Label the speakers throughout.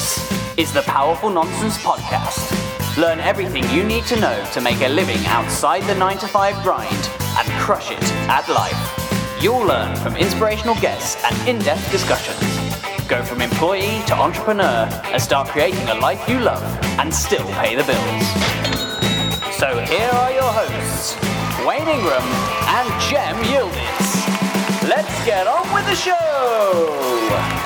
Speaker 1: is the Powerful Nonsense Podcast. Learn everything you need to know to make a living outside the 9 to 5 grind and crush it at life. You'll learn from inspirational guests and in depth discussions. Go from employee to entrepreneur and start creating a life you love and still pay the bills. So here are your hosts, Wayne Ingram and Jem Yildiz. Let's get on with the show!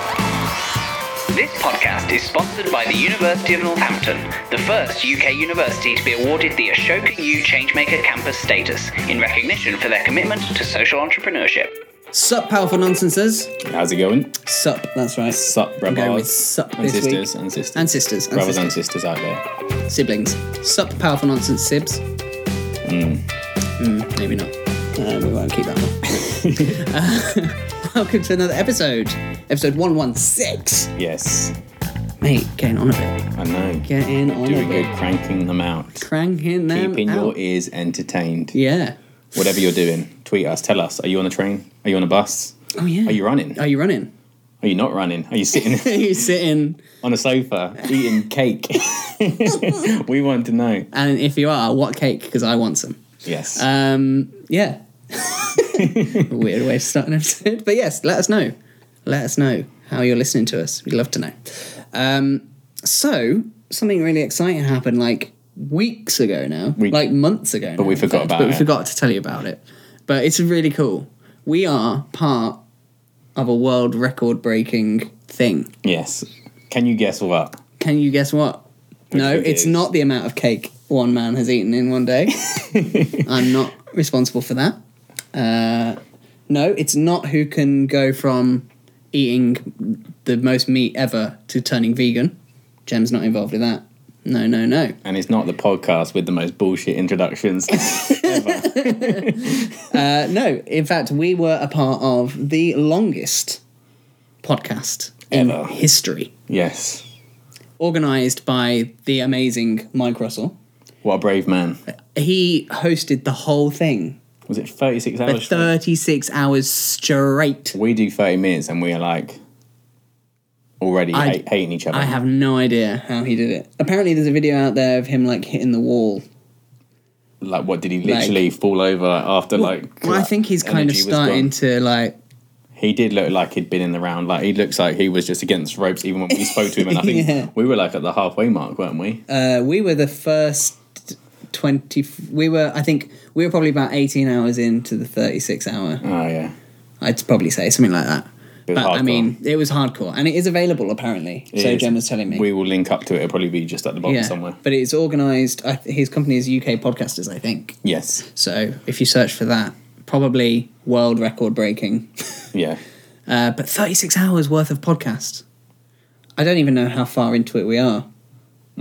Speaker 1: This podcast is sponsored by the University of Northampton, the first UK university to be awarded the Ashoka U Changemaker Campus status in recognition for their commitment to social entrepreneurship.
Speaker 2: Sup, powerful nonsenses.
Speaker 3: How's it going?
Speaker 2: Sup, that's right.
Speaker 3: Sup,
Speaker 2: I'm going with
Speaker 3: brothers
Speaker 2: sup
Speaker 3: and
Speaker 2: this week.
Speaker 3: sisters and sisters
Speaker 2: And sisters. And
Speaker 3: brothers
Speaker 2: sisters.
Speaker 3: and sisters out there.
Speaker 2: Siblings. Sup, powerful nonsense sibs.
Speaker 3: Hmm.
Speaker 2: Mm, maybe not. Uh, we won't keep that one. uh, welcome to another episode. Episode 116.
Speaker 3: Yes,
Speaker 2: Mate, getting on a bit.
Speaker 3: I know.
Speaker 2: Getting on
Speaker 3: Doing
Speaker 2: a bit.
Speaker 3: good, cranking them out,
Speaker 2: Cranking them
Speaker 3: keeping
Speaker 2: out.
Speaker 3: your ears entertained.
Speaker 2: Yeah.
Speaker 3: Whatever you're doing, tweet us, tell us. Are you on a train? Are you on a bus?
Speaker 2: Oh, yeah.
Speaker 3: Are you running?
Speaker 2: Are you running?
Speaker 3: Are you not running? Are you
Speaker 2: Are
Speaker 3: sitting
Speaker 2: you sitting?
Speaker 3: on a sofa eating cake? we want to know.
Speaker 2: And if you are, what cake? Because I want some.
Speaker 3: Yes.
Speaker 2: Um, yeah. Weird way to start an episode. But yes, let us know. Let us know how you're listening to us. We'd love to know. Um, so, something really exciting happened like weeks ago now,
Speaker 3: We-
Speaker 2: like months ago. But
Speaker 3: we forgot about
Speaker 2: But we
Speaker 3: it.
Speaker 2: forgot to tell you about it. But it's really cool. We are part of a world record breaking thing.
Speaker 3: yes. Can you guess what?
Speaker 2: Can you guess what? no,
Speaker 3: think it
Speaker 2: it's
Speaker 3: is?
Speaker 2: not the amount of cake one man has eaten in one day. I'm not responsible for that. Uh, no, it's not who can go from eating the most meat ever to turning vegan. Jem's not involved with that. No, no, no.
Speaker 3: And it's not the podcast with the most bullshit introductions ever.
Speaker 2: Uh, no, in fact, we were a part of the longest podcast
Speaker 3: Ever.
Speaker 2: in history,
Speaker 3: Yes.
Speaker 2: organised by the amazing Mike Russell.
Speaker 3: What a brave man.
Speaker 2: He hosted the whole thing
Speaker 3: Was it 36
Speaker 2: for
Speaker 3: hours? straight?
Speaker 2: 36 hours straight.
Speaker 3: we do 30 minutes and we are like already
Speaker 2: I-
Speaker 3: hate, hating each other.
Speaker 2: I have no idea how he did it. Apparently, there's a video out there of him like hitting the wall.
Speaker 3: like, what did he literally fall over like, after like?
Speaker 2: Well, I think he's kind of
Speaker 3: energy was
Speaker 2: starting
Speaker 3: gone?
Speaker 2: to like.
Speaker 3: He did look like he'd been in the round. Like he looks like he was just against ropes. Even when we spoke to him, and I think
Speaker 2: Yeah.
Speaker 3: we were like at the halfway mark, weren't we?
Speaker 2: Uh, we were the first 20. We were, I think, we were probably about 18 hours into the 36 hour.
Speaker 3: oh yeah,
Speaker 2: I'd probably say something like that.
Speaker 3: It
Speaker 2: But
Speaker 3: was
Speaker 2: I
Speaker 3: hardcore.
Speaker 2: mean, it was hardcore, and it is available apparently.
Speaker 3: It
Speaker 2: so
Speaker 3: is.
Speaker 2: Jem was telling me.
Speaker 3: we will link up to it. It'll probably be just at the bottom
Speaker 2: yeah,
Speaker 3: somewhere.
Speaker 2: but it's organised. I- His company is UK Podcasters, I think.
Speaker 3: Yes,
Speaker 2: So if you search for that, probably world record breaking.
Speaker 3: yeah.
Speaker 2: Uh, but 36 hours worth of podcast. I don't even know how far into it we are.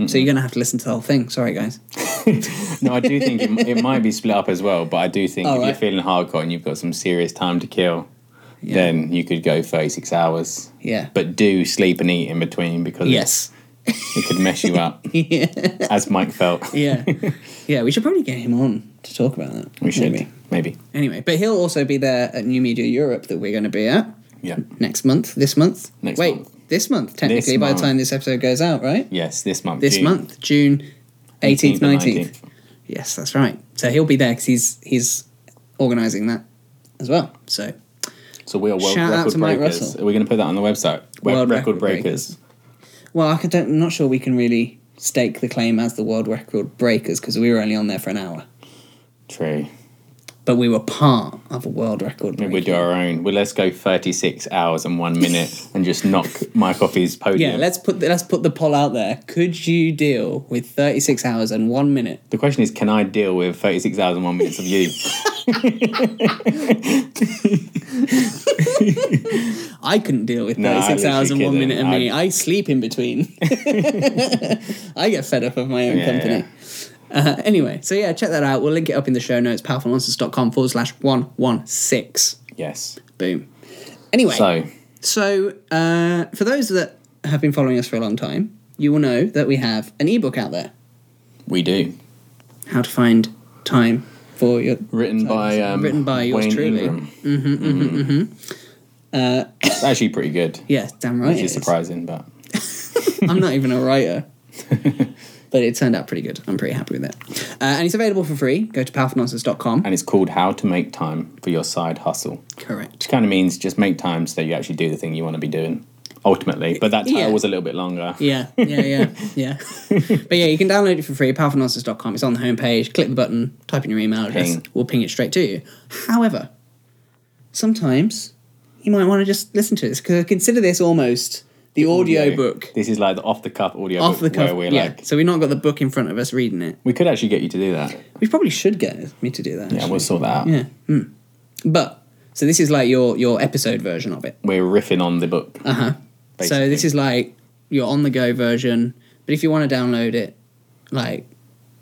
Speaker 2: So you're going to have to listen to the whole thing. Sorry, guys.
Speaker 3: No, I do think it, it might be split up as well. But I do think
Speaker 2: All
Speaker 3: if
Speaker 2: right.
Speaker 3: you're feeling hardcore and you've got some serious time to kill, then you could go 36 hours.
Speaker 2: Yeah.
Speaker 3: But do sleep and eat in between because
Speaker 2: yes.
Speaker 3: it could mess you up,
Speaker 2: yeah.
Speaker 3: as Mike felt.
Speaker 2: Yeah. yeah. We should probably get him on to talk about that.
Speaker 3: We should.
Speaker 2: Maybe.
Speaker 3: Maybe.
Speaker 2: Anyway, but he'll also be there at New Media Europe that we're going to be at
Speaker 3: Yeah.
Speaker 2: next month. This month.
Speaker 3: Next
Speaker 2: Wait,
Speaker 3: month.
Speaker 2: this month technically. by
Speaker 3: month.
Speaker 2: the time this episode goes out, right?
Speaker 3: Yes, this month.
Speaker 2: This
Speaker 3: June
Speaker 2: month, June 18th,
Speaker 3: 18th and
Speaker 2: 19th. Yes, that's right. So he'll be there because he's he's organising that as well. So
Speaker 3: So we are world
Speaker 2: Shout out
Speaker 3: record
Speaker 2: to Mike
Speaker 3: breakers.
Speaker 2: Russell.
Speaker 3: Are we going to put that on the website? Web-
Speaker 2: World
Speaker 3: record,
Speaker 2: record
Speaker 3: breakers.
Speaker 2: well, I don't, I'm not sure we can really stake the claim as the world record breakers because we were only on there for an hour,
Speaker 3: True.
Speaker 2: but we were part of a world record.
Speaker 3: Maybe we'll
Speaker 2: breaking.
Speaker 3: do our own. Well, let's go 36 hours and one minute and just knock Mike off his podium.
Speaker 2: Yeah, let's put the, let's put the poll out there. Could you deal with 36 hours and one minute?
Speaker 3: The question is, can I deal with 36 hours and one minutes of you?
Speaker 2: I couldn't deal with
Speaker 3: No,
Speaker 2: 36
Speaker 3: I'm
Speaker 2: hours and one
Speaker 3: literally
Speaker 2: minute and
Speaker 3: kidding.
Speaker 2: me. I sleep in between. I get fed up of my own
Speaker 3: Yeah,
Speaker 2: company.
Speaker 3: yeah.
Speaker 2: Uh, anyway, so yeah, check that out. We'll link it up in the show notes, powerfulnonsense.com forward slash 116.
Speaker 3: Yes.
Speaker 2: Boom. Anyway, so,
Speaker 3: So,
Speaker 2: uh, for those that have been following us for a long time, you will know that we have an ebook out there
Speaker 3: we do.
Speaker 2: How to Find Time for Your.
Speaker 3: Written by um,
Speaker 2: Written by yours
Speaker 3: Wayne
Speaker 2: truly.
Speaker 3: Ingram. Mm-hmm, mm-hmm, mm-hmm. Uh, it's actually pretty good.
Speaker 2: Yeah, damn right.
Speaker 3: Which
Speaker 2: it is.
Speaker 3: is surprising, but
Speaker 2: I'm not even a writer. but it turned out pretty good. I'm pretty happy with it. Uh, and it's available for free. Go to powerfulnonsense.com.
Speaker 3: and it's called How to Make Time for Your Side Hustle.
Speaker 2: Correct.
Speaker 3: Kind of means just make time so that you actually do the thing you want to be doing ultimately. But that title
Speaker 2: Yeah.
Speaker 3: was a little bit longer.
Speaker 2: Yeah, yeah, yeah, yeah. but yeah, you can download it for free, powerfulnonsense.com. It's on the homepage. Click the button, type in your email address,
Speaker 3: Ping.
Speaker 2: we'll ping it straight to you. However, sometimes you might want to just listen to this because consider this almost the, audio, book.
Speaker 3: This is like the off the cuff audio
Speaker 2: Off the
Speaker 3: book
Speaker 2: cuff,
Speaker 3: where we're
Speaker 2: yeah.
Speaker 3: like,
Speaker 2: so we've not got the book in front of us reading it.
Speaker 3: we could actually get you to do that.
Speaker 2: We probably should get me to do that.
Speaker 3: Yeah,
Speaker 2: actually.
Speaker 3: we'll sort that out.
Speaker 2: Yeah. Hmm. But so this is like your your episode version of it.
Speaker 3: We're riffing on the book. Uh huh.
Speaker 2: Uh-huh. So this is like your on the go version. But if you want to download it, like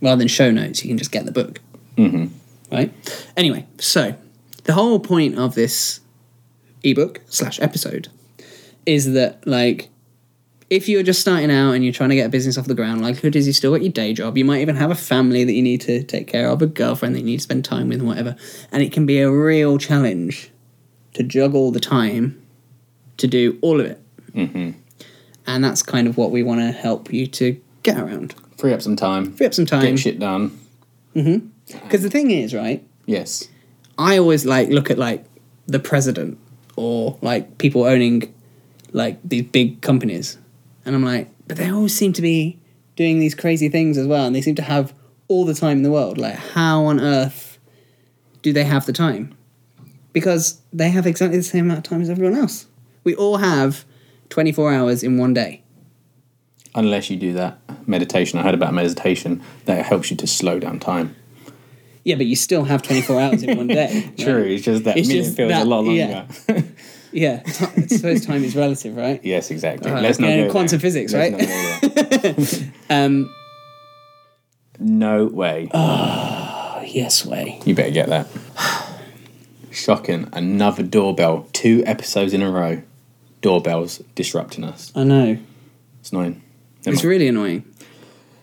Speaker 2: rather than show notes, you can just get the book. Mm-hmm. Right. Anyway, so the whole point of this ebook slash episode is that like if you're just starting out and you're trying to get a business off the ground, like who does you still got your day job? You might even have a family that you need to take care of, a girlfriend that you need to spend time with, and whatever. And it can be a real challenge to juggle the time to do all of it. Mm-hmm. And that's kind of what we want to help you to get around.
Speaker 3: free up some time,
Speaker 2: Free up some time.
Speaker 3: get shit done.
Speaker 2: Because the thing is, right?
Speaker 3: Yes.
Speaker 2: I always like look at like the president or like people owning like these big companies, and I'm like, but they all seem to be doing these crazy things as well, and they seem to have all the time in the world. Like, how on earth do they have the time? Because they have exactly the same amount of time as everyone else. We all have 24 hours in one day.
Speaker 3: Unless you do that meditation, I heard about meditation that helps you to slow down time.
Speaker 2: Yeah, but you still have 24 hours in one day.
Speaker 3: True,
Speaker 2: right?
Speaker 3: it's just that
Speaker 2: It's
Speaker 3: minute
Speaker 2: just
Speaker 3: feels
Speaker 2: that-
Speaker 3: a lot longer.
Speaker 2: yeah. Yeah, t- I suppose time is relative, right?
Speaker 3: yes, exactly.
Speaker 2: Uh,
Speaker 3: Let's not
Speaker 2: yeah,
Speaker 3: go there.
Speaker 2: quantum physics,
Speaker 3: Let's
Speaker 2: right? Um,
Speaker 3: not go there. no way.
Speaker 2: Yes, way.
Speaker 3: You better get that. Shocking. Another doorbell. Two episodes in a row. Doorbells disrupting us.
Speaker 2: I know.
Speaker 3: It's annoying. Never
Speaker 2: It's
Speaker 3: mind.
Speaker 2: really annoying.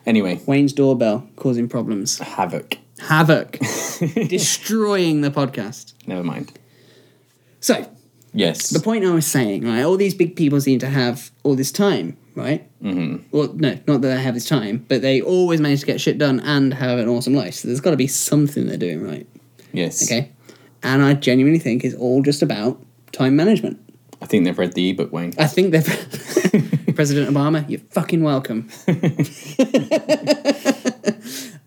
Speaker 3: anyway,
Speaker 2: Wayne's doorbell causing problems.
Speaker 3: havoc.
Speaker 2: Havoc. Destroying the podcast.
Speaker 3: Never mind.
Speaker 2: So,
Speaker 3: Yes.
Speaker 2: the point I was saying, right, all these big people seem to have all this time, right? Mm-hmm. Well, no, not that they have this time, but they always manage to get shit done and have an awesome life. So there's got to be something they're doing right,
Speaker 3: yes.
Speaker 2: okay? And I genuinely think it's all just about time management.
Speaker 3: I think they've read the ebook, Wayne.
Speaker 2: I think they're President Obama. You're fucking welcome. um,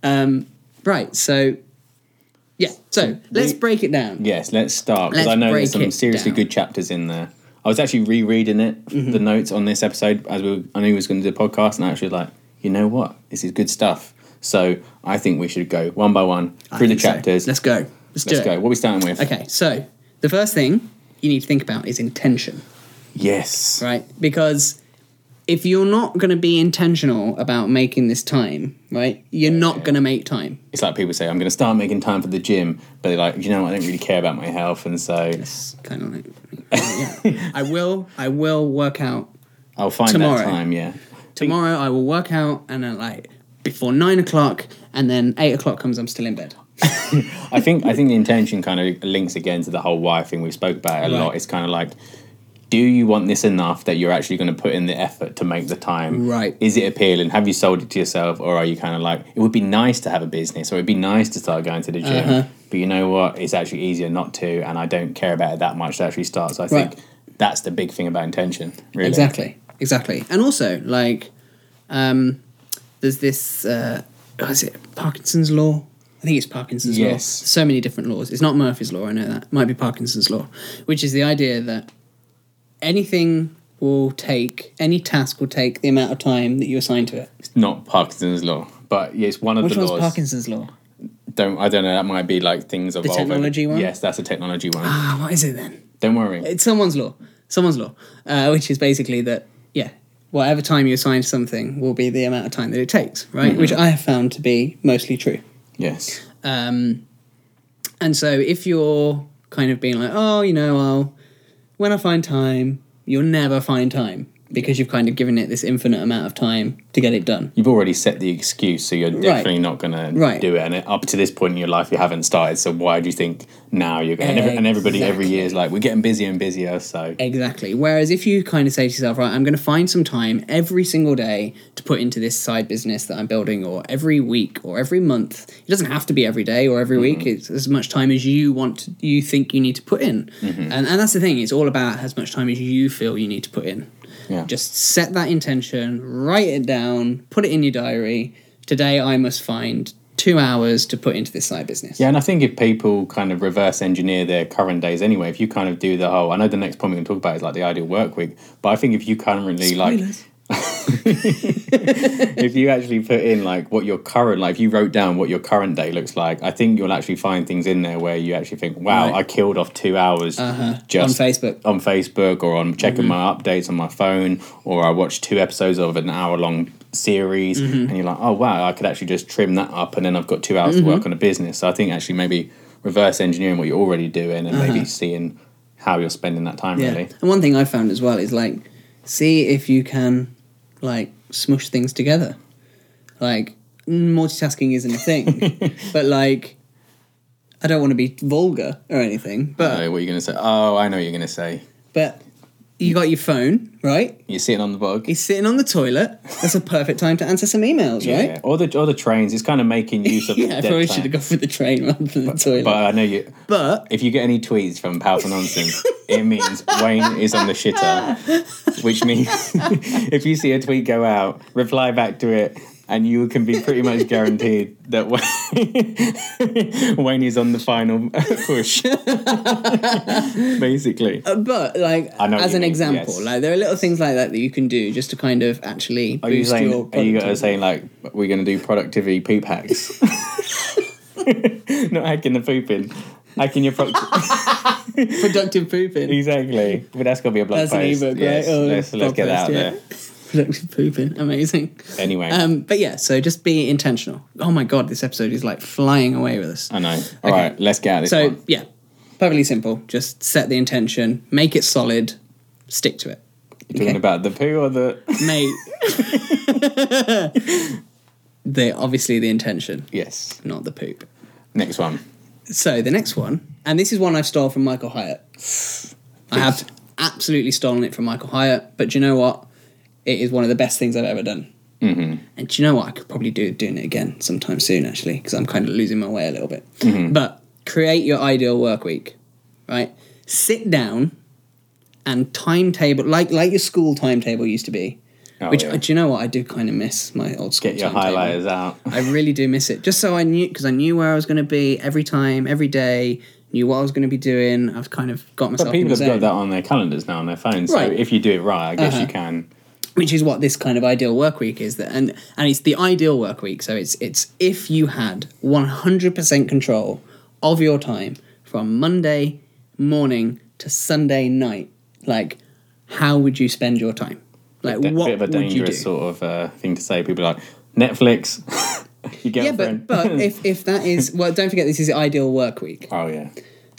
Speaker 2: Um, right. So, yeah. So let's break it down.
Speaker 3: Yes, let's start because
Speaker 2: Let's
Speaker 3: I know there's
Speaker 2: break
Speaker 3: some
Speaker 2: it
Speaker 3: seriously
Speaker 2: down. Mm-hmm.
Speaker 3: good chapters in there. I was actually rereading it, the notes on this episode as we were, I knew we was going to do a podcast, and I actually like, you know what, this is good stuff. So I think we should go one by one
Speaker 2: I
Speaker 3: through the
Speaker 2: think so.
Speaker 3: chapters.
Speaker 2: Let's go. Let's, do
Speaker 3: Let's
Speaker 2: it.
Speaker 3: go. What are we starting with?
Speaker 2: Okay. So the first thing you need to think about is intention,
Speaker 3: Yes.
Speaker 2: right? Because if you're not going to be intentional about making this time, right, you're not going to make time.
Speaker 3: It's like people say, I'm going to start making time for the gym, but they're like, you know, what, I don't really care about my health, and so
Speaker 2: It's kind of like, yeah. I will. I will work out
Speaker 3: I'll find
Speaker 2: Tomorrow.
Speaker 3: that time. Yeah.
Speaker 2: tomorrow I will work out and then like before nine o'clock and then eight o'clock comes I'm still in bed.
Speaker 3: I think I think the intention kind of links again to the whole why thing we spoke about it a
Speaker 2: Right.
Speaker 3: lot. It's kind of like, do you want this enough that you're actually going to put in the effort to make the time?
Speaker 2: Right.
Speaker 3: Is it appealing? Have you sold it to yourself, or are you kind of like, it would be nice to have a business, or it'd be nice to start going to the gym,
Speaker 2: Uh-huh.
Speaker 3: but you know what? It's actually easier not to, and I don't care about it that much to actually start. So I think
Speaker 2: Right.
Speaker 3: that's the big thing about intention. Really.
Speaker 2: Exactly. Exactly. And also like um there's this uh what is it Parkinson's law? I think it's Parkinson's law.
Speaker 3: Yes.
Speaker 2: So many different laws. It's not Murphy's law, I know that. It might be Parkinson's law, which is the idea that anything will take any task will take the amount of time that you assign to it.
Speaker 3: It's not Parkinson's law, but yeah, it's one of
Speaker 2: Which
Speaker 3: the
Speaker 2: one's
Speaker 3: laws.
Speaker 2: Parkinson's law?
Speaker 3: Don't I don't know. That might be like things of
Speaker 2: technology one?
Speaker 3: Yes, that's a technology one.
Speaker 2: Ah, what is it then?
Speaker 3: Don't worry.
Speaker 2: it's someone's law. Someone's law, uh, which is basically that yeah, whatever time you assign to something will be the amount of time that it takes, right? Which I have found to be mostly true. Um,
Speaker 3: Yes.
Speaker 2: And so if you're kind of being like, oh, you know, I'll when I find time, you'll never find time. because you've kind of given it this infinite amount of time to get it done.
Speaker 3: You've already set the excuse, so you're definitely not going
Speaker 2: Right.
Speaker 3: to do it. And up to this point in your life, you haven't started. So why do you think now you're going? to And everybody every year is like, we're getting busier and busier. So
Speaker 2: Exactly. Whereas if you kind of say to yourself, right, I'm going to find some time every single day to put into this side business that I'm building, or every week, or every month. It doesn't have to be every day or every week.
Speaker 3: Mm-hmm.
Speaker 2: It's as much time as you want, you think you need to put in.
Speaker 3: Mm-hmm.
Speaker 2: And, and that's the thing. It's all about as much time as you feel you need to put in.
Speaker 3: yeah,
Speaker 2: Just set that intention, write it down, put it in your diary. Today, I must find two hours to put into this side business.
Speaker 3: yeah. And I think if people kind of reverse engineer their current days anyway, if you kind of do the whole, I know the next point we can talk about is like the ideal work week, but I think if you currently like
Speaker 2: Spoilers.
Speaker 3: if you actually put in like what your current like if you wrote down what your current day looks like i think you'll actually find things in there where you actually think wow
Speaker 2: Right. Uh-huh.
Speaker 3: i killed off two hours just
Speaker 2: On Facebook. Mm-hmm.
Speaker 3: on facebook or on checking my updates on my phone or i watched two episodes of an hour long series
Speaker 2: Mm-hmm.
Speaker 3: and you're like oh wow i could actually just trim that up and then i've got two hours to
Speaker 2: Mm-hmm.
Speaker 3: work on a business so i think actually maybe reverse engineering what you're already doing and
Speaker 2: Uh-huh.
Speaker 3: maybe seeing how you're spending that time really
Speaker 2: And one thing I found as well is like, see if you can like smush things together. Like multitasking isn't a thing, but like, I don't want to be vulgar or anything, but
Speaker 3: so what are you going to say oh i know what you're going to say
Speaker 2: but you got your phone right.
Speaker 3: you're sitting on the bug
Speaker 2: He's sitting on the toilet. That's a perfect time to answer some emails,
Speaker 3: Yeah,
Speaker 2: right?
Speaker 3: or the or the trains. It's kind of making use of.
Speaker 2: Yeah, I
Speaker 3: dead
Speaker 2: probably
Speaker 3: time.
Speaker 2: should have gone for the train rather than the toilet.
Speaker 3: But I know you.
Speaker 2: but
Speaker 3: If you get any tweets from Powerful Nonsense, it means Wayne is on the shitter. Which means if you see a tweet go out, reply back to it, and you can be pretty much guaranteed that Wayne, Wayne is on the final push. Basically.
Speaker 2: uh, But like
Speaker 3: I know what
Speaker 2: as
Speaker 3: you
Speaker 2: an
Speaker 3: mean,
Speaker 2: example,
Speaker 3: yes.
Speaker 2: like there are little things like that that you can do just to kind of actually
Speaker 3: Are you
Speaker 2: boost your
Speaker 3: saying? Are you
Speaker 2: productivity.
Speaker 3: guys saying like we're going to do productivity poop hacks? Not hacking the pooping, hacking your product.
Speaker 2: productive pooping?
Speaker 3: Exactly. But that's got to be a blog
Speaker 2: That's an
Speaker 3: post.
Speaker 2: ebook, right?
Speaker 3: yes.
Speaker 2: Or
Speaker 3: Let's,
Speaker 2: blog
Speaker 3: let's get that
Speaker 2: post,
Speaker 3: out
Speaker 2: yeah.
Speaker 3: there.
Speaker 2: productive pooping. Amazing.
Speaker 3: Anyway.
Speaker 2: Um, but yeah, so just be intentional. Oh my god, this episode is like flying away with us.
Speaker 3: I know. All right, let's get out of this
Speaker 2: So
Speaker 3: one.
Speaker 2: yeah, perfectly simple. Just set the intention, make it solid, stick to it,
Speaker 3: You're talking about the poo or the.
Speaker 2: mate. the obviously the intention,
Speaker 3: Yes.
Speaker 2: not the poop.
Speaker 3: Next one.
Speaker 2: So the next one, and this is one I've stole from Michael Hyatt. I have absolutely stolen it from Michael Hyatt, but do you know what? It is one of the best things I've ever done. Mm-hmm. And do you know what? I could probably do doing it again sometime soon, actually, because I'm kind of losing my way a little bit.
Speaker 3: Mm-hmm.
Speaker 2: But create your ideal work week, right? Sit down and timetable like like your school timetable used to be.
Speaker 3: Oh,
Speaker 2: which
Speaker 3: yeah.
Speaker 2: uh, do you know what? I do kind of miss my old school.
Speaker 3: Get your
Speaker 2: timetable.
Speaker 3: highlighters out.
Speaker 2: I really do miss it. Just so I knew, because I knew where I was going to be every time, every day, knew what I was going to be doing. I've kind of got myself
Speaker 3: But people
Speaker 2: in the
Speaker 3: have got
Speaker 2: zone,
Speaker 3: that on their calendars now on their phones.
Speaker 2: Right.
Speaker 3: So if you do it right, I guess you
Speaker 2: Uh-huh.
Speaker 3: can.
Speaker 2: which is what this kind of ideal work week is. That and and it's the ideal work week. So it's it's if you had one hundred percent control of your time from Monday morning to Sunday night, like how would you spend your time? Like
Speaker 3: A
Speaker 2: what
Speaker 3: bit of a
Speaker 2: would you do?
Speaker 3: dangerous sort of uh, thing to say. People are like, Netflix, your
Speaker 2: yeah,
Speaker 3: girlfriend.
Speaker 2: but but if if that is well, don't forget this is ideal work week.
Speaker 3: oh, yeah.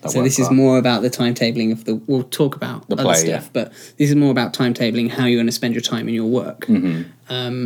Speaker 3: That
Speaker 2: So
Speaker 3: works
Speaker 2: this is
Speaker 3: hard.
Speaker 2: more about the timetabling of the. We'll talk about
Speaker 3: The
Speaker 2: other
Speaker 3: play,
Speaker 2: stuff,
Speaker 3: yeah.
Speaker 2: but this is more about timetabling how you're going to spend your time in your work. Um,
Speaker 3: Mm-hmm.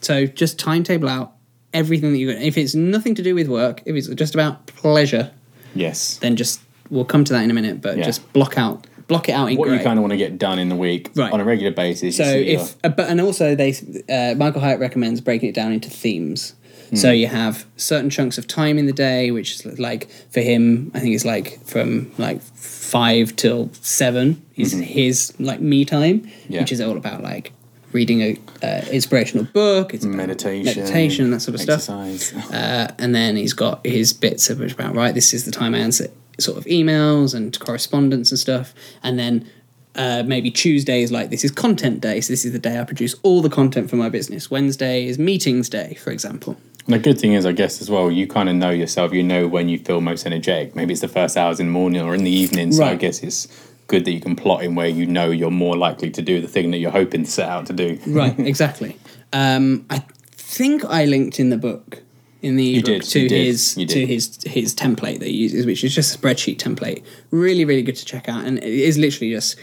Speaker 2: so just timetable out everything that you're going. If it's nothing to do with work, if it's just about pleasure,
Speaker 3: Yes.
Speaker 2: then just we'll come to that in a minute. But
Speaker 3: Yeah.
Speaker 2: just block out, block it out in
Speaker 3: What
Speaker 2: grey.
Speaker 3: you kind of want to get done in the week
Speaker 2: Right.
Speaker 3: on a regular basis. you
Speaker 2: So
Speaker 3: see your-
Speaker 2: if, uh, but and also they, uh, Michael Hyatt recommends breaking it down into themes. So you have certain chunks of time in the day, which is like for him, I think it's like from like five till seven is his like me time,
Speaker 3: Yeah.
Speaker 2: which is all about like reading a uh, inspirational book, it's about
Speaker 3: meditation,
Speaker 2: meditation, that sort of stuff
Speaker 3: exercise.
Speaker 2: uh, and then he's got his bits of it's about right. This is the time I answer sort of emails and correspondence and stuff, and then. Uh, maybe Tuesday is like this is content day, so this is the day I produce all the content for my business. Wednesday is meetings day, for example.
Speaker 3: The good thing is, I guess, as well, you kind of know yourself. You know when you feel most energetic. Maybe it's the first hours in the morning or in the evening. So I
Speaker 2: Right.
Speaker 3: guess it's good that you can plot in where you know you're more likely to do the thing that you're hoping to set out to do.
Speaker 2: Right, exactly. Um, I think I linked in the book in the ebook
Speaker 3: did,
Speaker 2: to
Speaker 3: you did,
Speaker 2: his
Speaker 3: you
Speaker 2: to
Speaker 3: did.
Speaker 2: his his template that he uses, which is just a spreadsheet template. Really, really good to check out, and it is literally just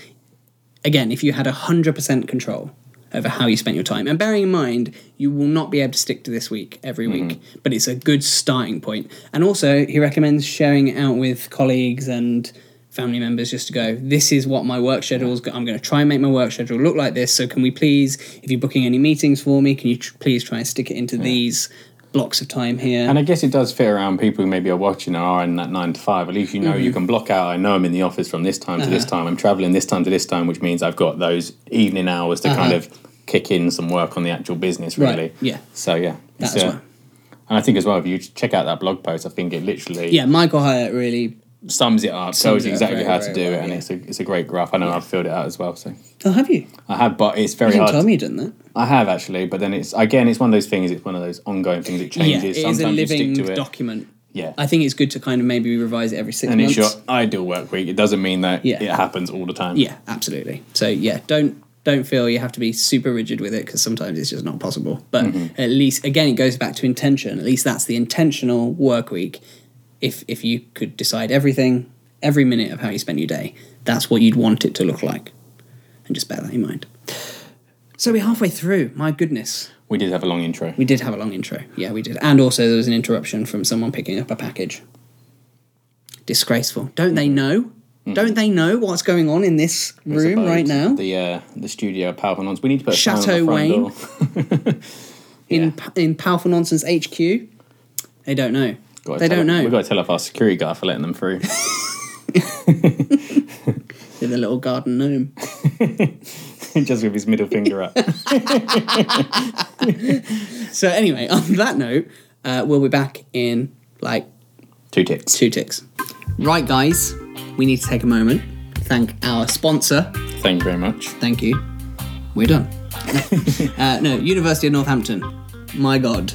Speaker 2: again, if you had 100% control over how you spent your time, and bearing in mind, you will not be able to stick to this week every week,
Speaker 3: Mm-hmm.
Speaker 2: but it's a good starting point. And also, he recommends sharing it out with colleagues and family members just to go, this is what my work schedule is. I'm going to try and make my work schedule look like this. So, can we please, if you're booking any meetings for me, can you tr- please try and stick it into these blocks of time here?
Speaker 3: And I guess it does fit around people who maybe are watching or are in that nine to five. At least you know you
Speaker 2: Mm-hmm.
Speaker 3: can block out. I know I'm in the office from this time to this
Speaker 2: Uh-huh.
Speaker 3: time. I'm traveling this time to this time, which means I've got those evening hours to kind
Speaker 2: Uh-huh.
Speaker 3: of kick in some work on the actual business,
Speaker 2: Right,
Speaker 3: really.
Speaker 2: yeah.
Speaker 3: So yeah, it's,
Speaker 2: as
Speaker 3: uh,
Speaker 2: well.
Speaker 3: And I think as well, if you check out that blog post, I think it literally
Speaker 2: yeah, Michael Hyatt really
Speaker 3: sums it up, tells you
Speaker 2: it up
Speaker 3: exactly
Speaker 2: very,
Speaker 3: how to
Speaker 2: very
Speaker 3: do it,
Speaker 2: well,
Speaker 3: and
Speaker 2: yeah.
Speaker 3: it's a it's a great graph. I know I've filled it out as well, so
Speaker 2: Oh, have you?
Speaker 3: I have, but it's very
Speaker 2: You didn't
Speaker 3: hard.
Speaker 2: tell me you'd done that.
Speaker 3: I have actually, but then it's again, it's one of those things. It's one of those ongoing things. It changes.
Speaker 2: yeah, it
Speaker 3: Sometimes
Speaker 2: is a living
Speaker 3: you stick to it.
Speaker 2: document.
Speaker 3: yeah,
Speaker 2: I think it's good to kind of maybe revise it every six
Speaker 3: and
Speaker 2: months.
Speaker 3: it's your ideal work week. It doesn't mean that
Speaker 2: Yeah.
Speaker 3: it happens all the time.
Speaker 2: Yeah, absolutely. So yeah, don't don't feel you have to be super rigid with it because sometimes it's just not possible. But
Speaker 3: Mm-hmm.
Speaker 2: at least again, it goes back to intention. At least that's the intentional work week. If if you could decide everything, every minute of how you spend your day, that's what you'd want it to look like, and just bear that in mind. So we're halfway through. My goodness.
Speaker 3: we did have a long intro.
Speaker 2: We did have a long intro. Yeah, we did. And also, there was an interruption from someone picking up a package. Disgraceful. Don't they know?
Speaker 3: Hmm.
Speaker 2: Don't they know what's going on in this
Speaker 3: I
Speaker 2: room
Speaker 3: suppose.
Speaker 2: right now?
Speaker 3: the uh, the studio at Powerful Nonce. We need to put a sign on the
Speaker 2: Chateau
Speaker 3: front
Speaker 2: Wayne.
Speaker 3: door.
Speaker 2: in in Powerful Nonsense HQ? They don't know.
Speaker 3: Gotta
Speaker 2: They
Speaker 3: tell
Speaker 2: don't
Speaker 3: up-
Speaker 2: know.
Speaker 3: We've got to tell off our security guard for letting them through.
Speaker 2: With a little garden gnome.
Speaker 3: Just with his middle finger up.
Speaker 2: so anyway, on that note, uh, we'll be back in like
Speaker 3: Two ticks.
Speaker 2: two ticks. Right, guys, we need to take a moment. Thank our sponsor.
Speaker 3: Thank you very much.
Speaker 2: Thank you. We're done. uh, no, University of Northampton. My God.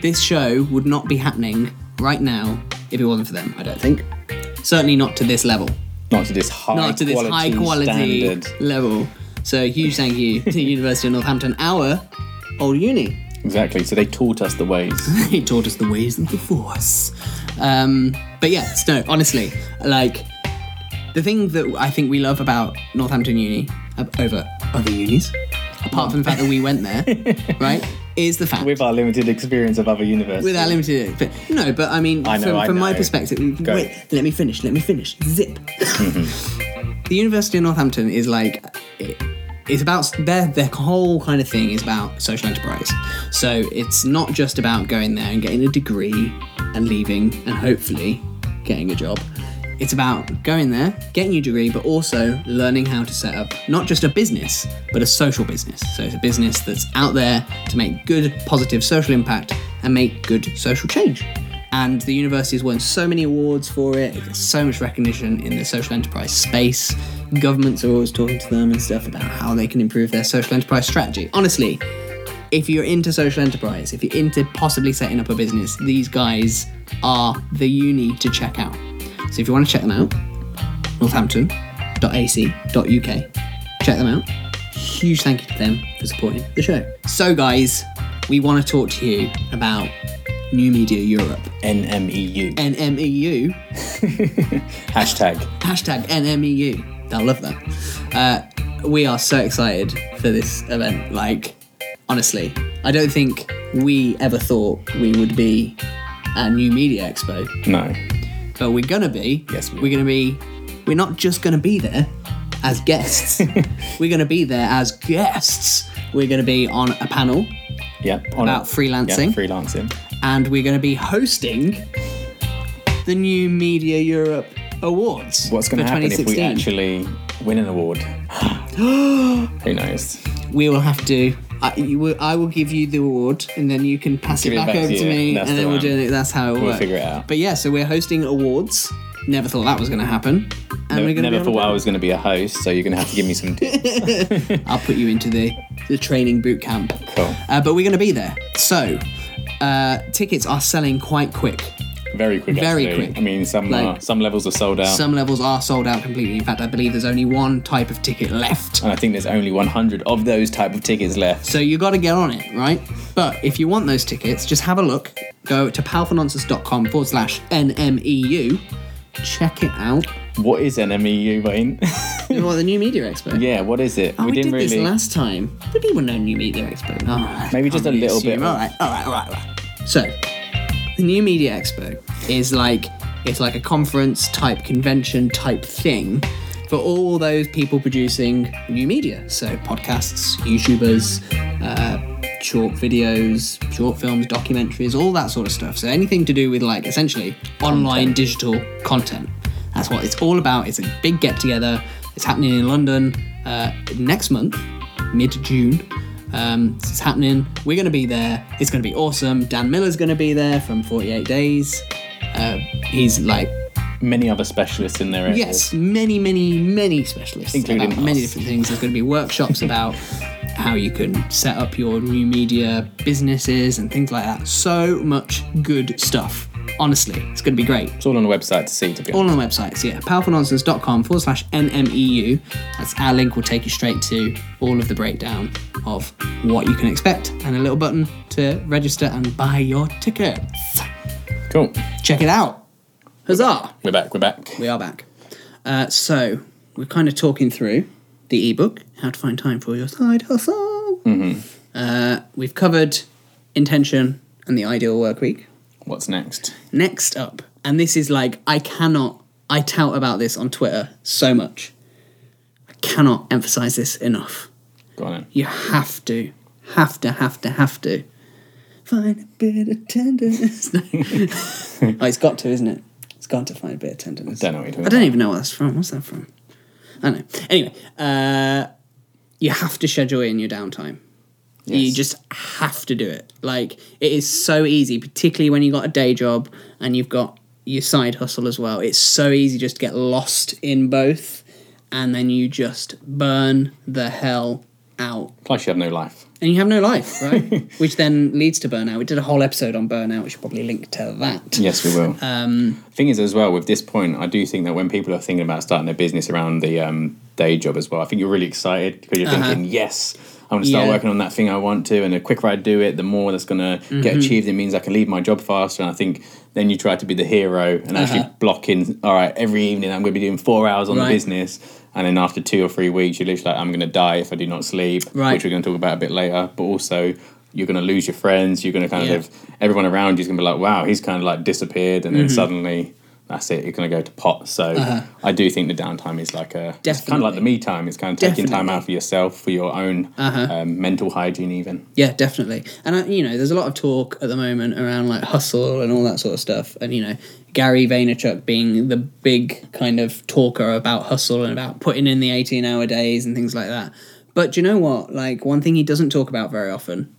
Speaker 2: This show would not be happening right now if it wasn't for them, I don't think. Certainly not to this level.
Speaker 3: Not to this high
Speaker 2: not to this
Speaker 3: quality
Speaker 2: high quality
Speaker 3: standard.
Speaker 2: level. So huge thank you to University of Northampton, our old uni.
Speaker 3: Exactly. So they taught us the ways.
Speaker 2: He taught us the ways of the force. Um, but yeah, no, honestly, like the thing that I think we love about Northampton Uni uh, over other unis, apart from the fact that we went there, right, is the fact
Speaker 3: with our limited experience of other universities.
Speaker 2: with our limited but no but i mean
Speaker 3: I know,
Speaker 2: from,
Speaker 3: I
Speaker 2: from my
Speaker 3: know.
Speaker 2: perspective
Speaker 3: Go.
Speaker 2: wait let me finish let me finish zip the university of northampton is like it, it's about their their whole kind of thing is about social enterprise so it's not just about going there and getting a degree and leaving and hopefully getting a job it's about going there, getting your degree, but also learning how to set up not just a business, but a social business. So it's a business that's out there to make good, positive social impact and make good social change. And the university has won so many awards for it, it gets so much recognition in the social enterprise space. Governments are always talking to them and stuff about how they can improve their social enterprise strategy. Honestly, if you're into social enterprise, if you're into possibly setting up a business, these guys are the uni to check out. So if you want to check them out, northampton.ac.uk, check them out. Huge thank you to them for supporting the show. So, guys, we want to talk to you about New Media Europe,
Speaker 3: NMEU.
Speaker 2: NMEU,
Speaker 3: Hashtag.
Speaker 2: E hashtag NMEU. They'll love that. Uh, we are so excited for this event. Like, honestly, I don't think we ever thought we would be at New Media Expo,
Speaker 3: No.
Speaker 2: but we're gonna be.
Speaker 3: Yes, we
Speaker 2: are gonna be. We're not just gonna be there as guests. we're gonna be there as guests. We're gonna be on a panel,
Speaker 3: Yep. On
Speaker 2: About
Speaker 3: it.
Speaker 2: freelancing.
Speaker 3: Yeah, freelancing.
Speaker 2: and we're gonna be hosting the New Media Europe Awards.
Speaker 3: What's going
Speaker 2: for
Speaker 3: to happen if we
Speaker 2: 2016.
Speaker 3: actually win an award? Who knows?
Speaker 2: we will have to. I, you will, I will give you the award, and then you can pass it
Speaker 3: Give it
Speaker 2: back,
Speaker 3: back
Speaker 2: over
Speaker 3: to
Speaker 2: to,
Speaker 3: you.
Speaker 2: me,
Speaker 3: That's
Speaker 2: and
Speaker 3: the
Speaker 2: then we'll
Speaker 3: one.
Speaker 2: do it. That's how it
Speaker 3: We'll
Speaker 2: works.
Speaker 3: figure it out.
Speaker 2: But yeah, so we're hosting awards. Never thought that was going to happen. And
Speaker 3: No,
Speaker 2: we're going to
Speaker 3: never thought I was going to be a host, so you're going to have to give me some tips.
Speaker 2: I'll put you into the the training boot camp.
Speaker 3: cool.
Speaker 2: Uh, but we're going to be there. So uh, tickets are selling quite quick.
Speaker 3: Very quick.
Speaker 2: Very
Speaker 3: actually.
Speaker 2: quick.
Speaker 3: I mean, some
Speaker 2: Like-
Speaker 3: are, some levels are sold out,
Speaker 2: Some levels are sold out completely. In fact, I believe there's only one type of ticket left.
Speaker 3: and I think there's only 100 of those type of tickets left.
Speaker 2: So you got to get on it, right? But if you want those tickets, just have a look. Go to powerfulnonsense.com forward slash NMEU. E Check it out.
Speaker 3: What is NMEU, Wayne?
Speaker 2: You know what, the new media expert.
Speaker 3: yeah, what is it?
Speaker 2: Oh, we, did this last time. But people know new media expert. Oh,
Speaker 3: Maybe just a
Speaker 2: I'm gonna
Speaker 3: little
Speaker 2: assume.
Speaker 3: bit.
Speaker 2: All right, all right, all right, all right. So, the new media expo is like it's like a conference type convention type thing for all those people producing new media. So podcasts, YouTubers, uh, short videos, short films, documentaries, all that sort of stuff. So anything to do with like essentially online digital content. That's what it's all about. It's a big get together. It's happening in London uh, next month, mid June. Um, it's happening. We're going to be there. It's going to be awesome. Dan Miller's going to be there from 48 Days. Uh, he's like,
Speaker 3: Many other specialists in their area.
Speaker 2: yes, many, many, many specialists.
Speaker 3: Including
Speaker 2: about many
Speaker 3: us.
Speaker 2: different things. There's going to be workshops about how you can set up your new media businesses and things like that. So much good stuff. Honestly, it's going to be great.
Speaker 3: It's all on the website to see, to be honest.
Speaker 2: All on the websites, yeah. Powerfulnonsense.com forward slash NMEU. That's our link will take you straight to all of the breakdown of what you can expect and a little button to register and buy your tickets.
Speaker 3: Cool.
Speaker 2: Check it out. Huzzah!
Speaker 3: We're back, we're back.
Speaker 2: We are back. Uh, so, we're kind of talking through the ebook, How to Find Time for Your Side Hustle. Uh, we've covered intention and the ideal work week.
Speaker 3: What's next?
Speaker 2: Next up, and this is like, I cannot, I tout about this on Twitter so much. I cannot emphasize this enough.
Speaker 3: Go on then.
Speaker 2: You have to, have to, have to, have to find a bit of tenderness. oh, it's got to, isn't it? It's got to find a bit of tenderness.
Speaker 3: Don't know what you're doing.
Speaker 2: I don't even know what that's from. What's that from? I don't know. Anyway, uh, you have to schedule in your downtime. You
Speaker 3: Yes.
Speaker 2: just have to do it. Like it is so easy, particularly when you got a day job and you've got your side hustle as well. It's so easy just to get lost in both, and then you just burn the hell out,
Speaker 3: Plus, you have no life.
Speaker 2: and you have no life, right? which then leads to burnout. We did a whole episode on burnout. We should probably link to that.
Speaker 3: Yes, we will. Um, Thing is, as well, with this point, I do think that when people are thinking about starting their business around the um, day job as well, I think you're really excited because you're thinking, yes, I'm going to start
Speaker 2: Yeah.
Speaker 3: working on that thing I want to. And the quicker I do it, the more that's going to get achieved. It means I can leave my job faster. And I think then you try to be the hero and actually block in, all right, every evening I'm going to be doing four hours on
Speaker 2: Right.
Speaker 3: the business. And then after two or three weeks, you're literally like, I'm going to die if I do not sleep,
Speaker 2: Right.
Speaker 3: which we're going to talk about a bit later. But also, you're going to lose your friends. You're going to kind
Speaker 2: Yeah.
Speaker 3: of everyone around you's going to be like, wow, he's kind of like disappeared, and then
Speaker 2: Mm-hmm.
Speaker 3: suddenly that's it. You're going to go to pot. So I do think the downtime is like a it's kind of
Speaker 2: Uh-huh.
Speaker 3: like
Speaker 2: Definitely.
Speaker 3: the me time. It's kind of taking time
Speaker 2: Definitely. Uh-huh.
Speaker 3: out for yourself, for your own um, mental hygiene, even.
Speaker 2: Yeah, definitely. And uh, you know, there's a lot of talk at the moment around like hustle and all that sort of stuff. And you know, Gary Vaynerchuk being the big kind of talker about hustle and about putting in the 18-hour days and things like that. But do you know what? Like one thing he doesn't talk about very often,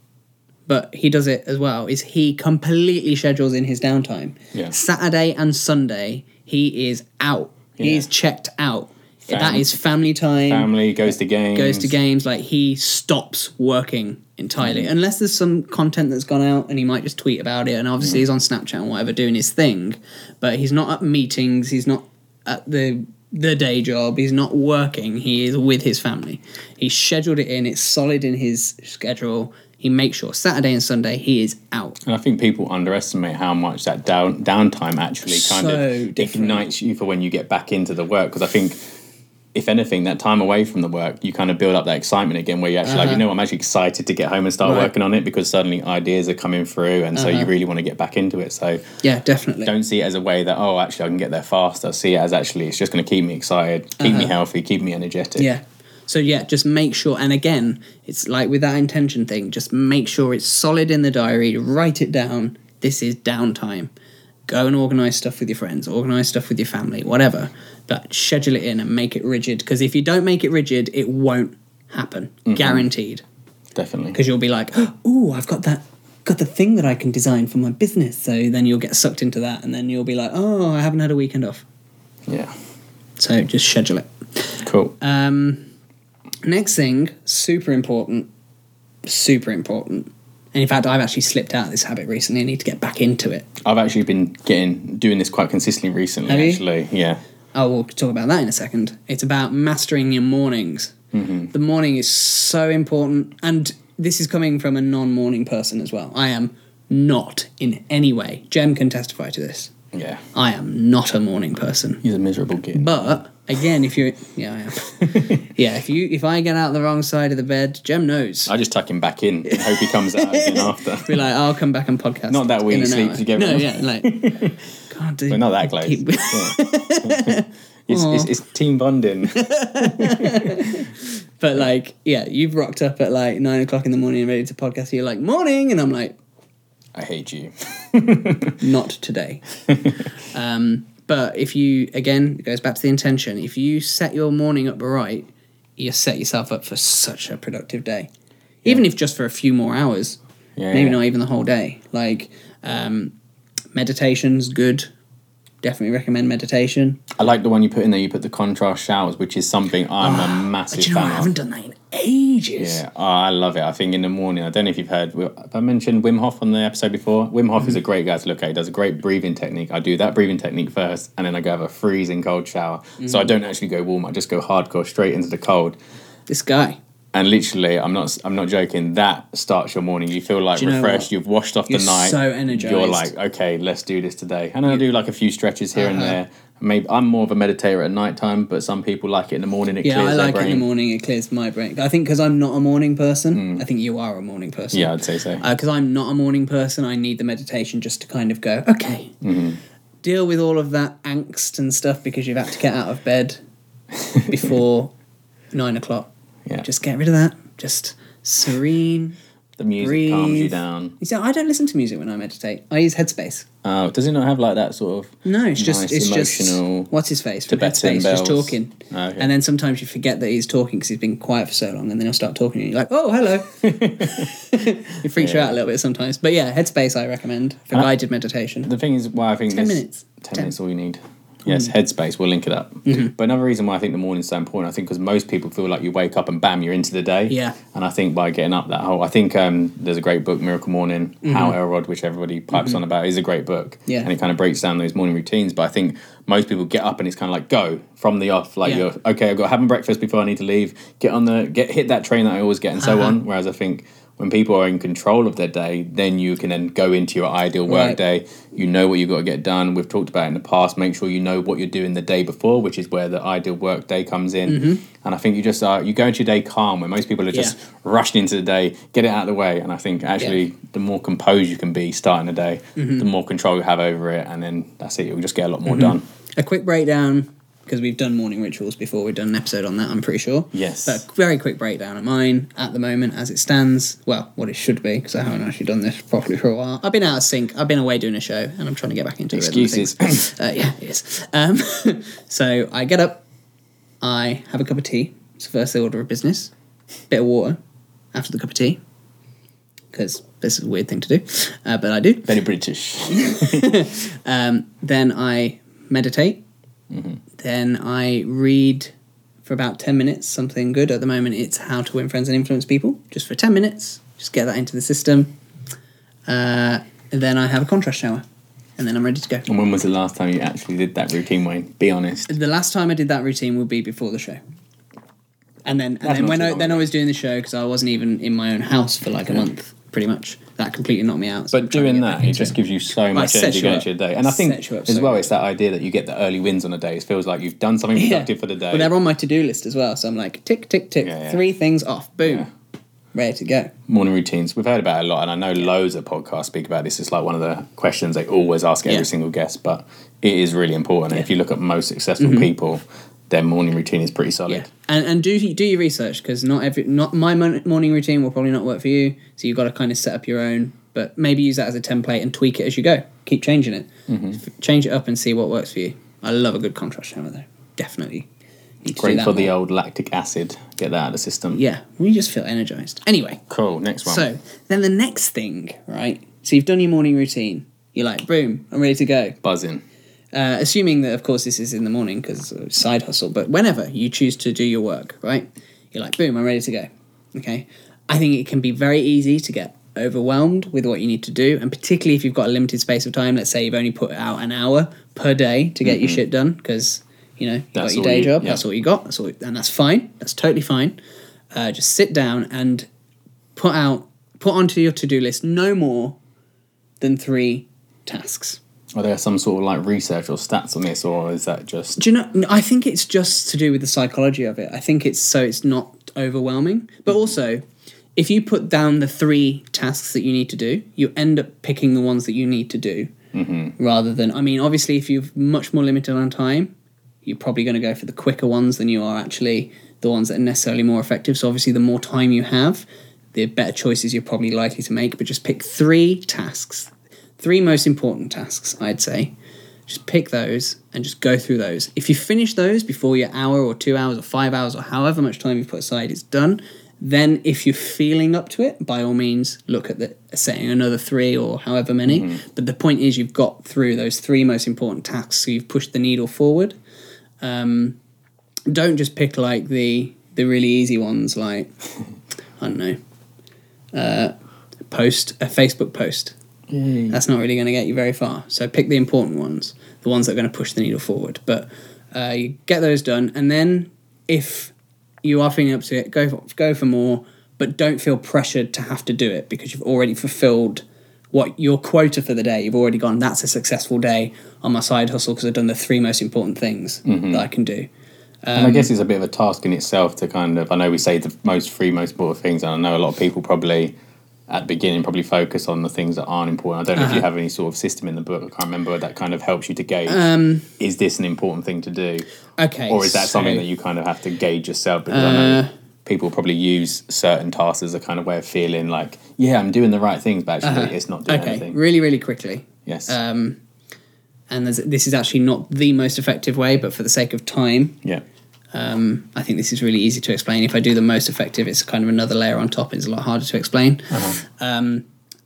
Speaker 2: but he does it as well, is he completely schedules in his downtime.
Speaker 3: Yeah.
Speaker 2: Saturday and Sunday, he is out. He
Speaker 3: Yeah.
Speaker 2: is checked out.
Speaker 3: Fam-
Speaker 2: that is family time
Speaker 3: Family goes to games.
Speaker 2: goes to games like he stops working entirely unless there's some content that's gone out and he might just tweet about it and obviously he's on snapchat and whatever doing his thing but he's not at meetings he's not at the the day job he's not working he is with his family he scheduled it in it's solid in his schedule he makes sure saturday and sunday he is out
Speaker 3: And I think people underestimate how much that down downtime actually kind
Speaker 2: So
Speaker 3: of
Speaker 2: different.
Speaker 3: ignites you for when you get back into the work. Because I think, if anything, that time away from the work, you kind of build up that excitement again, where you're actually like, you know, I'm actually excited to get home and start
Speaker 2: Uh-huh. Right. Uh-huh.
Speaker 3: working on it because suddenly ideas are coming through, and so you really want to get back into it. So
Speaker 2: yeah definitely
Speaker 3: don't see it as a way that oh, actually, I can get there faster. See it as actually, it's just going to keep me excited, keep me healthy, keep me energetic.
Speaker 2: Uh-huh. Yeah. So yeah, just make sure. And again, it's like with that intention thing. Just make sure it's solid in the diary. Write it down. This is downtime. Go and organize stuff with your friends. Organize stuff with your family. Whatever. But schedule it in and make it rigid. Because if you don't make it rigid, it won't happen. Guaranteed.
Speaker 3: definitely.
Speaker 2: Because you'll be like, oh, I've got that. Got the thing that I can design for my business, so then you'll get sucked into that, and then you'll be like, "Oh, I haven't had a weekend off."
Speaker 3: Yeah,
Speaker 2: So just schedule it.
Speaker 3: cool.
Speaker 2: Uh, Next thing, super important, super important. And in fact, I've actually slipped out of this habit recently. I need to get back into it.
Speaker 3: I've actually been getting doing this quite consistently recently.
Speaker 2: Have you?
Speaker 3: Actually, yeah.
Speaker 2: Oh, we'll talk about that in a second. It's about mastering your mornings. The morning is so important. And this is coming from a non morning person as well. I am not in any way, Jem can testify to this.
Speaker 3: Yeah.
Speaker 2: I am not a morning person.
Speaker 3: He's a miserable kid.
Speaker 2: But again, if you yeah, I am. yeah, if you if I get out the wrong side of the bed, Jem knows.
Speaker 3: I just tuck him back in and hope he comes out again after.
Speaker 2: be like, "Oh, I'll come back and podcast.
Speaker 3: Not that we
Speaker 2: in an
Speaker 3: sleep
Speaker 2: hour.
Speaker 3: together.
Speaker 2: No, yeah, like God, dude,
Speaker 3: We're not that close.
Speaker 2: keep-
Speaker 3: Yeah. it's, it's, it's team bonding.
Speaker 2: But like, yeah, you've rocked up at like nine o'clock in the morning and ready to podcast. You're like, morning, and I'm like,
Speaker 3: I hate you.
Speaker 2: not today. um, but if you again, it goes back to the intention. If you set your morning up right, you set yourself up for such a productive day, even if just for a few more hours.
Speaker 3: Yeah,
Speaker 2: Maybe
Speaker 3: yeah.
Speaker 2: not even the whole day. Like um, meditation's good. Definitely recommend meditation.
Speaker 3: I like the one you put in there. You put the contrast showers, which is something I'm a
Speaker 2: Ah, But
Speaker 3: massive
Speaker 2: do you know what? I
Speaker 3: fan of.
Speaker 2: haven't done that in ages.
Speaker 3: Yeah, oh, I love it. I think in the morning, I don't know if you've heard, have I mentioned Wim Hof on the episode before? Wim Hof
Speaker 2: Mm-hmm.
Speaker 3: is a great guy to look at. He does a great breathing technique. I do that breathing technique first, and then I go have a freezing cold shower. So I
Speaker 2: Mm.
Speaker 3: don't actually go warm. I just go hardcore straight into the cold.
Speaker 2: This guy.
Speaker 3: And literally, I'm not, I'm not joking. That starts your morning. You feel like
Speaker 2: Do you know
Speaker 3: refreshed.
Speaker 2: what?
Speaker 3: You've washed off
Speaker 2: You're
Speaker 3: the night.
Speaker 2: so energized.
Speaker 3: You're like, okay, let's do this today. And I do like a few stretches here
Speaker 2: Uh-huh.
Speaker 3: and there. Maybe I'm more of a meditator at night time, but some people like it in the morning. It
Speaker 2: Yeah,
Speaker 3: clears
Speaker 2: I like
Speaker 3: their
Speaker 2: it
Speaker 3: brain.
Speaker 2: in the morning. It clears my brain. I think because I'm not a morning person. I think you are a morning person.
Speaker 3: Hmm. Yeah, I'd say so.
Speaker 2: Because I'm not a morning person. I need the meditation just to kind of go, okay,
Speaker 3: Mm-hmm.
Speaker 2: deal with all of that angst and stuff because you've had to get out of bed before nine o'clock.
Speaker 3: yeah,
Speaker 2: Just get rid of that. Just serene.
Speaker 3: the music calms you
Speaker 2: breathe.
Speaker 3: down.
Speaker 2: You see, I don't listen to music when I meditate. I use Headspace.
Speaker 3: Oh, does it not have like that sort of?
Speaker 2: No, it's just
Speaker 3: nice
Speaker 2: it's
Speaker 3: emotional.
Speaker 2: just what's his face from
Speaker 3: Tibetan
Speaker 2: Headspace just
Speaker 3: bells.
Speaker 2: talking,
Speaker 3: Ah, okay.
Speaker 2: and then sometimes you forget that he's talking because he's been quiet for so long, and then he'll start talking, and you're like, "Oh, hello." it freaks you
Speaker 3: Yeah. Ah.
Speaker 2: out a little bit sometimes, but yeah, Headspace I recommend for
Speaker 3: And I-
Speaker 2: guided meditation.
Speaker 3: The thing is, why I think
Speaker 2: Ten
Speaker 3: this-
Speaker 2: minutes. Ten.
Speaker 3: Ten,
Speaker 2: Hmm. Mm-hmm.
Speaker 3: minutes all you need. Yes, headspace. We'll link it up. But another reason why I think the morning's so important, I think, because most people feel like you wake up and bam, you're into the day.
Speaker 2: Yeah.
Speaker 3: And I think by getting up that whole, I think um, there's a great book, Miracle Morning, How Elrod, which everybody pipes on about, is a great book.
Speaker 2: Mm-hmm. Yeah.
Speaker 3: And it kind of breaks down those morning routines. But I think most people get up and it's kind of like go from the off, like
Speaker 2: Yeah.
Speaker 3: you're okay. I've got having breakfast before I need to leave. Get on the get hit that train that I always get and so
Speaker 2: Uh-huh.
Speaker 3: on. Whereas I think. When people are in control of their day, then you can then go into your ideal work
Speaker 2: Right.
Speaker 3: day day. You know what you've got to get done. We've talked about it in the past. Make sure you know what you're doing the day before, which is where the ideal work day comes in. And I think you just are you go into your day calm, where most people are just
Speaker 2: Mm-hmm. Yeah.
Speaker 3: rushing into the day, get it out of the way. And I think actually, the more composed you can be starting the day,
Speaker 2: Mm-hmm.
Speaker 3: the more control you have over it, and then that's it. You'll just get a lot more done.
Speaker 2: A quick breakdown because we've done morning rituals before. We've done an episode on that, I'm pretty sure.
Speaker 3: Yes.
Speaker 2: But a very quick breakdown of mine at the moment as it stands. Well, what it should be because I haven't actually done this properly for a while. I've been out of sync. I've been away doing a show, and I'm trying to get back into the rhythm of things.
Speaker 3: Excuses.
Speaker 2: uh, yeah, it is. Um, so I get up. I have a cup of tea. It's the first order of business. Bit of water after the cup of tea. Because this is a weird thing to do, uh, but I do
Speaker 3: Very British.
Speaker 2: then I meditate.
Speaker 3: Mm-hmm.
Speaker 2: Then I read for about 10 minutes something good. At the moment, it's How to Win Friends and Influence People, just for 10 minutes. Just get that into the system. Uh, and then I have a contrast shower. And then I'm ready to go.
Speaker 3: and when was the last time you actually did that routine, Wayne? Be honest.
Speaker 2: The last time I did that routine would be before the show. And then, and
Speaker 3: That's
Speaker 2: then
Speaker 3: not
Speaker 2: when
Speaker 3: too
Speaker 2: I,
Speaker 3: long
Speaker 2: then I
Speaker 3: ago.
Speaker 2: was doing the show because I wasn't even in my own house for like a month, pretty much. That completely knocked me out. so I'm
Speaker 3: But
Speaker 2: trying to get
Speaker 3: doing that,
Speaker 2: back
Speaker 3: it
Speaker 2: into
Speaker 3: just gives you so much
Speaker 2: sets
Speaker 3: energy
Speaker 2: you
Speaker 3: going
Speaker 2: up.
Speaker 3: into your day. And I think
Speaker 2: Sets you up
Speaker 3: as
Speaker 2: so
Speaker 3: well,
Speaker 2: good.
Speaker 3: it's that idea that you get the early wins on the day. It feels like you've done something
Speaker 2: Yeah.
Speaker 3: productive for the day.
Speaker 2: Well, they're on my to do list as well. So I'm like, tick, tick, tick,
Speaker 3: Yeah, yeah.
Speaker 2: three things off, boom, ready to go.
Speaker 3: morning routines. We've heard about it a lot, and I know loads of podcasts speak about this. It's like one of the questions they always ask every
Speaker 2: Yeah.
Speaker 3: single guest, but it is really important. And if you look at most successful people, their morning routine is pretty solid.
Speaker 2: Mm-hmm. Yeah, and and do do your research because not every not my mon- morning routine will probably not work for you. So you've got to kind of set up your own, but maybe use that as a template and tweak it as you go. Keep changing it,
Speaker 3: Mm-hmm.
Speaker 2: F- change it up and see what works for you. I love a good contrast shower though. Definitely need to do
Speaker 3: Great
Speaker 2: that
Speaker 3: for the
Speaker 2: more.
Speaker 3: old lactic acid. Get that out of the system.
Speaker 2: yeah. We just feel energized. Anyway,
Speaker 3: Cool. Next one.
Speaker 2: so then the next thing, right? So you've done your morning routine. You're like, boom, I'm ready to go.
Speaker 3: Buzzing.
Speaker 2: uh, assuming that of course this is in the morning because side hustle but whenever you choose to do your work right you're like boom i'm ready to go okay i think it can be very easy to get overwhelmed with what you need to do and particularly if you've got a limited space of time let's say you've only put out an hour per day to get your shit done because you know you got
Speaker 3: Mm-hmm. That's
Speaker 2: your
Speaker 3: all
Speaker 2: day
Speaker 3: you-
Speaker 2: job
Speaker 3: yeah.
Speaker 2: that's all you got that's all and that's fine that's totally fine uh, just sit down and put out put onto your to-do list no more than three tasks
Speaker 3: Are there some sort of like research or stats on this, or is that just
Speaker 2: Do you know? I think it's just to do with the psychology of it. I think it's so it's not overwhelming. But also, if you put down the three tasks that you need to do, you end up picking the ones that you need to do rather than. I mean, obviously, if you're much more limited on time, you're probably going to go for the quicker ones than you are actually the ones that are necessarily more effective. So obviously, the more time you have, the better choices you're probably likely to make. But just pick three tasks, three most important tasks, I'd say. Just pick those and just go through those. If you finish those before your hour or two hours or five hours or however much time you've put aside is done, then if you're feeling up to it, by all means, look at the, setting another three or however many. But the point is, you've got through those three most important tasks, so you've pushed the needle forward Um, don't just pick like the the really easy ones like I don't know. Uh post a Facebook post. That's not really going to get you very far. So pick the important ones, the ones that are going to push the needle forward. But uh, you get those done, and then if you are feeling up to it, go for, go for more. But don't feel pressured to have to do it because you've already fulfilled what your quota for the day. You've already gone. That's a successful day on my side hustle because I've done the three most important things
Speaker 3: Mm-hmm.
Speaker 2: that I can do.
Speaker 3: and I guess it's a bit of a task in itself to kind of. I know we say the most three most important things, and I know a lot of people probably at the beginning probably focus on the things that aren't important. I don't know if you have any sort of system in the book. I can't remember that kind of helps you to gauge is this an important thing to do,
Speaker 2: Okay.
Speaker 3: or is that something
Speaker 2: so-
Speaker 3: that you kind of have to gauge yourself? Because I know people probably use certain tasks as a kind of way of feeling like, yeah, I'm doing the right things, but actually it's not doing
Speaker 2: okay, uh,
Speaker 3: anything.
Speaker 2: really, really quickly. Um,
Speaker 3: yes.
Speaker 2: And there's, this is actually not the most effective way, but for the sake of time,
Speaker 3: yeah.
Speaker 2: um, I think this is really easy to explain. If I do the most effective, it's kind of another layer on top. It's a lot harder to explain. Um,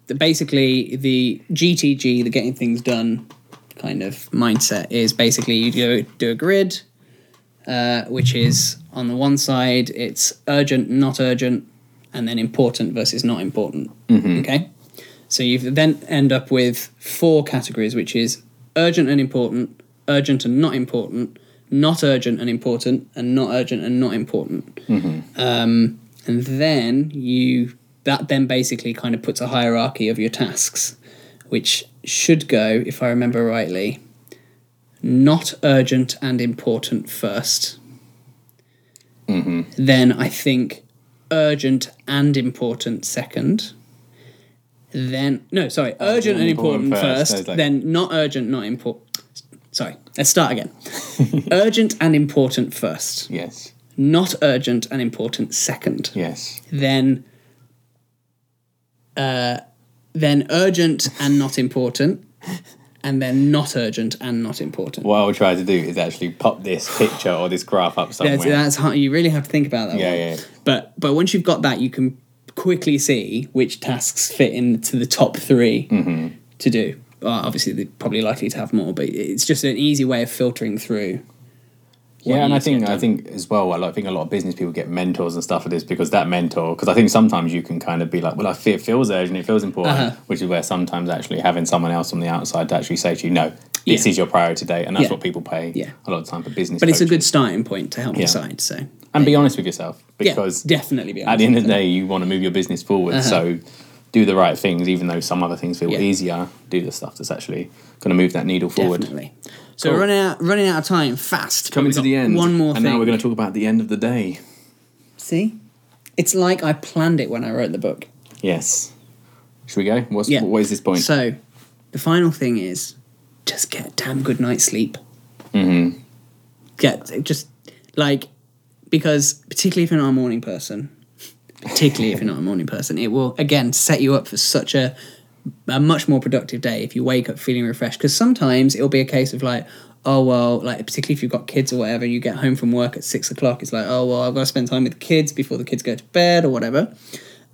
Speaker 2: the, basically, the GTG, the getting things done kind of mindset, is basically you do, do a grid, uh, which is on the one side, it's urgent, not urgent, and then important versus not important. Okay? So you then end up with four categories, which is urgent and important, urgent and not important, not urgent and important, and not urgent and not important. Um, and then you that then basically kind of puts a hierarchy of your tasks, which should go, if I remember rightly, not urgent and important 1st
Speaker 3: Mm-hmm.
Speaker 2: Then I think urgent and important second. Then no, sorry, urgent and important,
Speaker 3: Oh, important first,
Speaker 2: first.
Speaker 3: so it's like-
Speaker 2: then not urgent, not important. Sorry, let's start again. urgent and important first.
Speaker 3: Yes.
Speaker 2: Not urgent and important second
Speaker 3: Yes.
Speaker 2: then uh, then urgent and not important, and then not urgent and not important.
Speaker 3: What I would try to do is actually pop this picture or this graph up somewhere.
Speaker 2: That's, that's hard. You really have to think about that.
Speaker 3: Yeah,
Speaker 2: one.
Speaker 3: yeah, yeah.
Speaker 2: But but once you've got that, you can quickly see which tasks fit into the top 3
Speaker 3: Mm-hmm.
Speaker 2: to do. Well, obviously, they're probably likely to have more, but it's just an easy way of filtering through. what
Speaker 3: yeah, and
Speaker 2: you
Speaker 3: I
Speaker 2: need to
Speaker 3: think
Speaker 2: get
Speaker 3: I
Speaker 2: done.
Speaker 3: think as well. I think a lot of business people get mentors and stuff for this because that mentor. Because I think sometimes you can kind of be like, well, I feel it feels urgent, it feels important,
Speaker 2: Uh-huh.
Speaker 3: which is where sometimes actually having someone else on the outside to actually say to you, no, this
Speaker 2: Yeah.
Speaker 3: is your priority today, and that's
Speaker 2: Yeah.
Speaker 3: what people pay
Speaker 2: Yeah.
Speaker 3: a lot of time for business.
Speaker 2: But it's a
Speaker 3: coaches.
Speaker 2: good starting point to help
Speaker 3: Yeah.
Speaker 2: decide. So
Speaker 3: and be honest with yourself because
Speaker 2: yeah, definitely be
Speaker 3: at
Speaker 2: honest
Speaker 3: the end
Speaker 2: with
Speaker 3: of the day, you want to move your business forward. So do the right things, even though some other things feel
Speaker 2: Yeah.
Speaker 3: easier. Do the stuff that's actually going to move that needle forward.
Speaker 2: Definitely. So
Speaker 3: Cool.
Speaker 2: we're running out, running out of time fast. but
Speaker 3: Coming
Speaker 2: we've
Speaker 3: to the
Speaker 2: got
Speaker 3: end,
Speaker 2: One more
Speaker 3: and
Speaker 2: thing.
Speaker 3: now we're going to talk about the end of the day.
Speaker 2: see. It's like I planned it when I wrote the book.
Speaker 3: Yes. Should we go? What's,
Speaker 2: Yeah.
Speaker 3: What is this point?
Speaker 2: So, the final thing is, just get a damn good night's sleep. Mm-hmm. Get just like because particularly if you're not a morning person, particularly if you're not a morning person, it will again set you up for such a a much more productive day if you wake up feeling refreshed. Because sometimes it'll be a case of like, oh well, like particularly if you've got kids or whatever, you get home from work at six o'clock. It's like, oh well, I've got to spend time with the kids before the kids go to bed or whatever.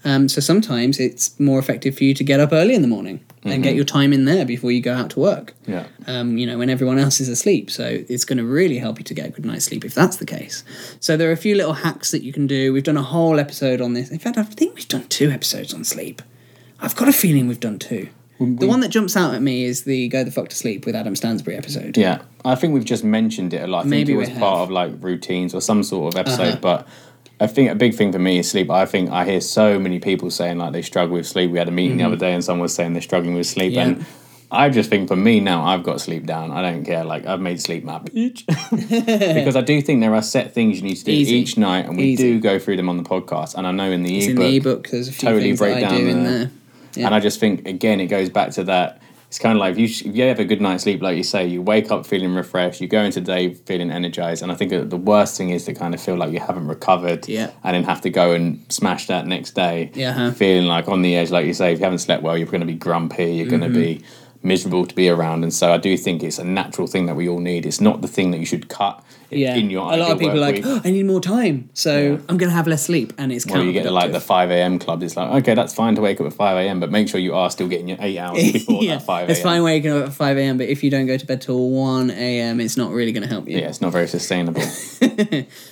Speaker 2: Um, so sometimes it's more effective for you to get up early in the morning and get your time in there before you go out to work.
Speaker 3: Yeah.
Speaker 2: Um, you know, when everyone else is asleep. So it's going to really help you to get a good night's sleep if that's the case. So there are a few little hacks that you can do. We've done a whole episode on this. In fact, I think we've done two episodes on sleep. I've got a feeling we've done two. The one that jumps out at me is the "Go the fuck to sleep" with Adam Stansbury episode.
Speaker 3: Yeah, I think we've just mentioned it a lot. I
Speaker 2: Maybe
Speaker 3: think
Speaker 2: we
Speaker 3: it was
Speaker 2: have. Uh-huh.
Speaker 3: part of like routines or some sort of episode, but. I think a big thing for me is sleep. I think I hear so many people saying like they struggle with sleep. We had a meeting the other day and someone was saying they're struggling with sleep,
Speaker 2: Mm-hmm. Yeah.
Speaker 3: and I just think for me now, I've got sleep down. I don't care. Like I've made sleep my bitch because I do think there are set things you need to do
Speaker 2: Easy.
Speaker 3: each night, and we
Speaker 2: Easy.
Speaker 3: do go through them on the podcast. And I know in the
Speaker 2: It's in
Speaker 3: ebook,
Speaker 2: the ebook. There's a few
Speaker 3: totally
Speaker 2: things that
Speaker 3: break
Speaker 2: I
Speaker 3: down
Speaker 2: do in
Speaker 3: the-
Speaker 2: there. Yeah.
Speaker 3: and I just think again, it goes back to that. It's kind of like if you, sh- if you have a good night's sleep, like you say, you wake up feeling refreshed, you go into the day feeling energized. And I think the worst thing is to kind of feel like you haven't recovered
Speaker 2: Yeah.
Speaker 3: and then have to go and smash that next day.
Speaker 2: Yeah, uh-huh. huh.
Speaker 3: Feeling like on the edge, like you say, if you haven't slept well, you're going to be grumpy, you're
Speaker 2: Mm-hmm.
Speaker 3: going to be miserable to be around. And so I do think it's a natural thing that we all need. It's not the thing that you should cut
Speaker 2: yeah.
Speaker 3: in your
Speaker 2: a lot
Speaker 3: ideal
Speaker 2: of people are
Speaker 3: work
Speaker 2: like,
Speaker 3: week.
Speaker 2: "Oh, I need more time, so
Speaker 3: Yeah.
Speaker 2: I'm going to have less sleep, and it's
Speaker 3: Or you get like the
Speaker 2: counterproductive.
Speaker 3: 5 a.m. club. It's like, okay, that's fine to wake up at 5 a.m., but make sure you are still getting your eight hours before
Speaker 2: yeah,
Speaker 3: that 5 a.m.
Speaker 2: it's fine waking up at 5 a.m., but if you don't go to bed till 1 a.m., it's not really going to help you.
Speaker 3: Yeah, it's not very sustainable.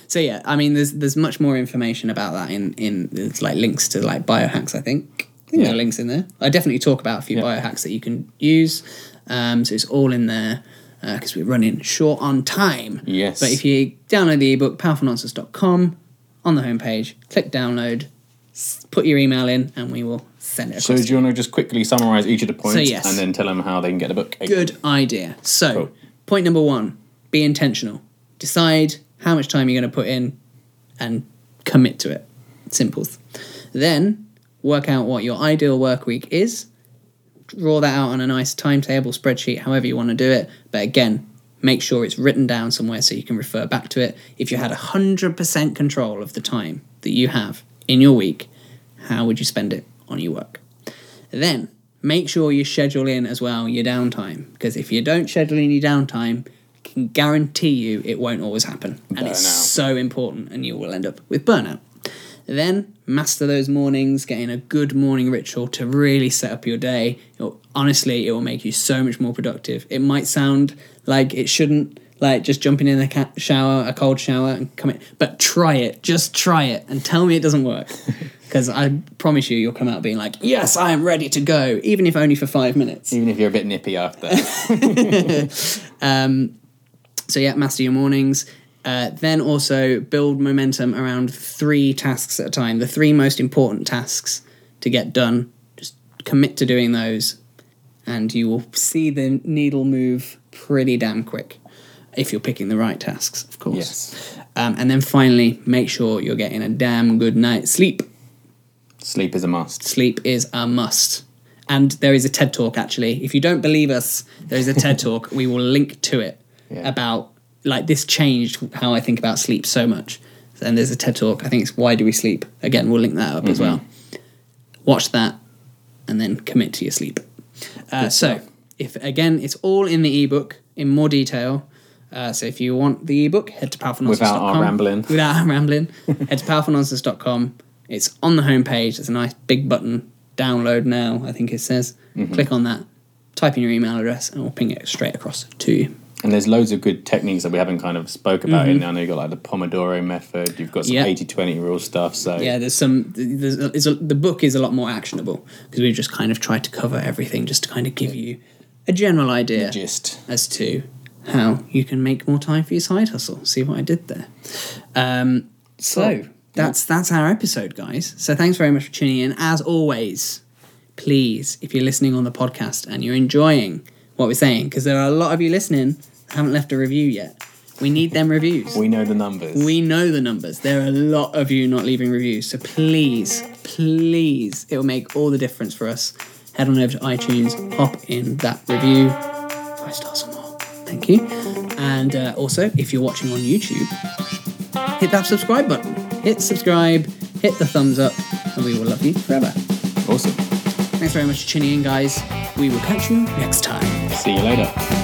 Speaker 2: So yeah, I mean, there's there's much more information about that in in it's like links to like biohacks. I think I think there are
Speaker 3: Yeah.
Speaker 2: links in there. I definitely talk about a few biohacks that you can use. Um, so it's all in there because we're running short on time.
Speaker 3: Yes.
Speaker 2: But if you download the ebook, powerfulnonsense.com, on the homepage, click download, s- put your email in, and we will send it.
Speaker 3: so
Speaker 2: Across
Speaker 3: do
Speaker 2: to
Speaker 3: you want to just quickly summarize each of the points
Speaker 2: yes.
Speaker 3: and then tell them how they can get the book?
Speaker 2: Good idea. So,
Speaker 3: Cool.
Speaker 2: point number one be intentional. Decide how much time you're going to put in and commit to it. Simples. Then, work out what your ideal work week is. Draw that out on a nice timetable, spreadsheet, however you want to do it. But again, make sure it's written down somewhere so you can refer back to it. If you had 100% control of the time that you have in your week, how would you spend it on your work? Then make sure you schedule in as well your downtime because if you don't schedule in your downtime, I can guarantee you it won't always happen. And it's
Speaker 3: Burnout.
Speaker 2: so important, and you will end up with burnout. Then master those mornings, getting a good morning ritual to really set up your day. It'll, honestly, it will make you so much more productive. It might sound like it shouldn't, like just jumping in a ca- shower, a cold shower, and coming, but try it. Just try it and tell me it doesn't work. Because I promise you, you'll come out being like, yes, I am ready to go, even if only for five minutes.
Speaker 3: Even if you're a bit nippy after.
Speaker 2: So yeah, master your mornings. Uh, then also build momentum around three tasks at a time. The three most important tasks to get done. Just commit to doing those, and you will see the needle move pretty damn quick. If you're picking the right tasks, of course.
Speaker 3: yes.
Speaker 2: Um, and then finally, make sure you're getting a damn good night's sleep
Speaker 3: Sleep is a must.
Speaker 2: sleep is a must. And there is a TED talk actually. If you don't believe us, there is a TED talk. We will link to it
Speaker 3: Yeah.
Speaker 2: about like this changed how I think about sleep so much. And there's a TED talk. I think it's why do we sleep? Again, we'll link that up as well. Watch that, and then commit to your sleep. Uh, so, if again, it's all in the ebook in more detail. Uh, so, if you want the ebook, head to powerfulnonsense.com.
Speaker 3: Without our rambling.
Speaker 2: Without our rambling, head to powerfulnonsense.com. It's on the homepage. There's a nice big button, download now, I think it says.
Speaker 3: Mm-hmm.
Speaker 2: Click on that, type in your email address, and we'll ping it straight across to you.
Speaker 3: And there's loads of good techniques that we haven't kind of spoke about in there. I know you've got like the Pomodoro method, you've got some
Speaker 2: Mm-hmm. Yeah.
Speaker 3: 80 20 rule stuff. So
Speaker 2: Yeah, there's some. There's, it's a, the book is a lot more actionable because we've just kind of tried to cover everything, just to kind of give you a general idea.
Speaker 3: just
Speaker 2: as to how you can make more time for your side hustle. See what I did there. Um, so
Speaker 3: Cool.
Speaker 2: that's that's our episode, guys. So thanks very much for tuning in. As always, please, if you're listening on the podcast and you're enjoying what we're saying, because there are a lot of you listening that haven't left a review yet. We need them reviews.
Speaker 3: we know the numbers.
Speaker 2: We know the numbers. There are a lot of you not leaving reviews. So please, please, it will make all the difference for us. Head on over to iTunes, pop in that review. Five stars or more. Thank you. And uh, also, if you're watching on YouTube, hit that subscribe button. Hit subscribe, hit the thumbs up, and we will love you forever.
Speaker 3: awesome.
Speaker 2: Thanks very much for tuning in, guys. We will catch you next time.
Speaker 3: See you later.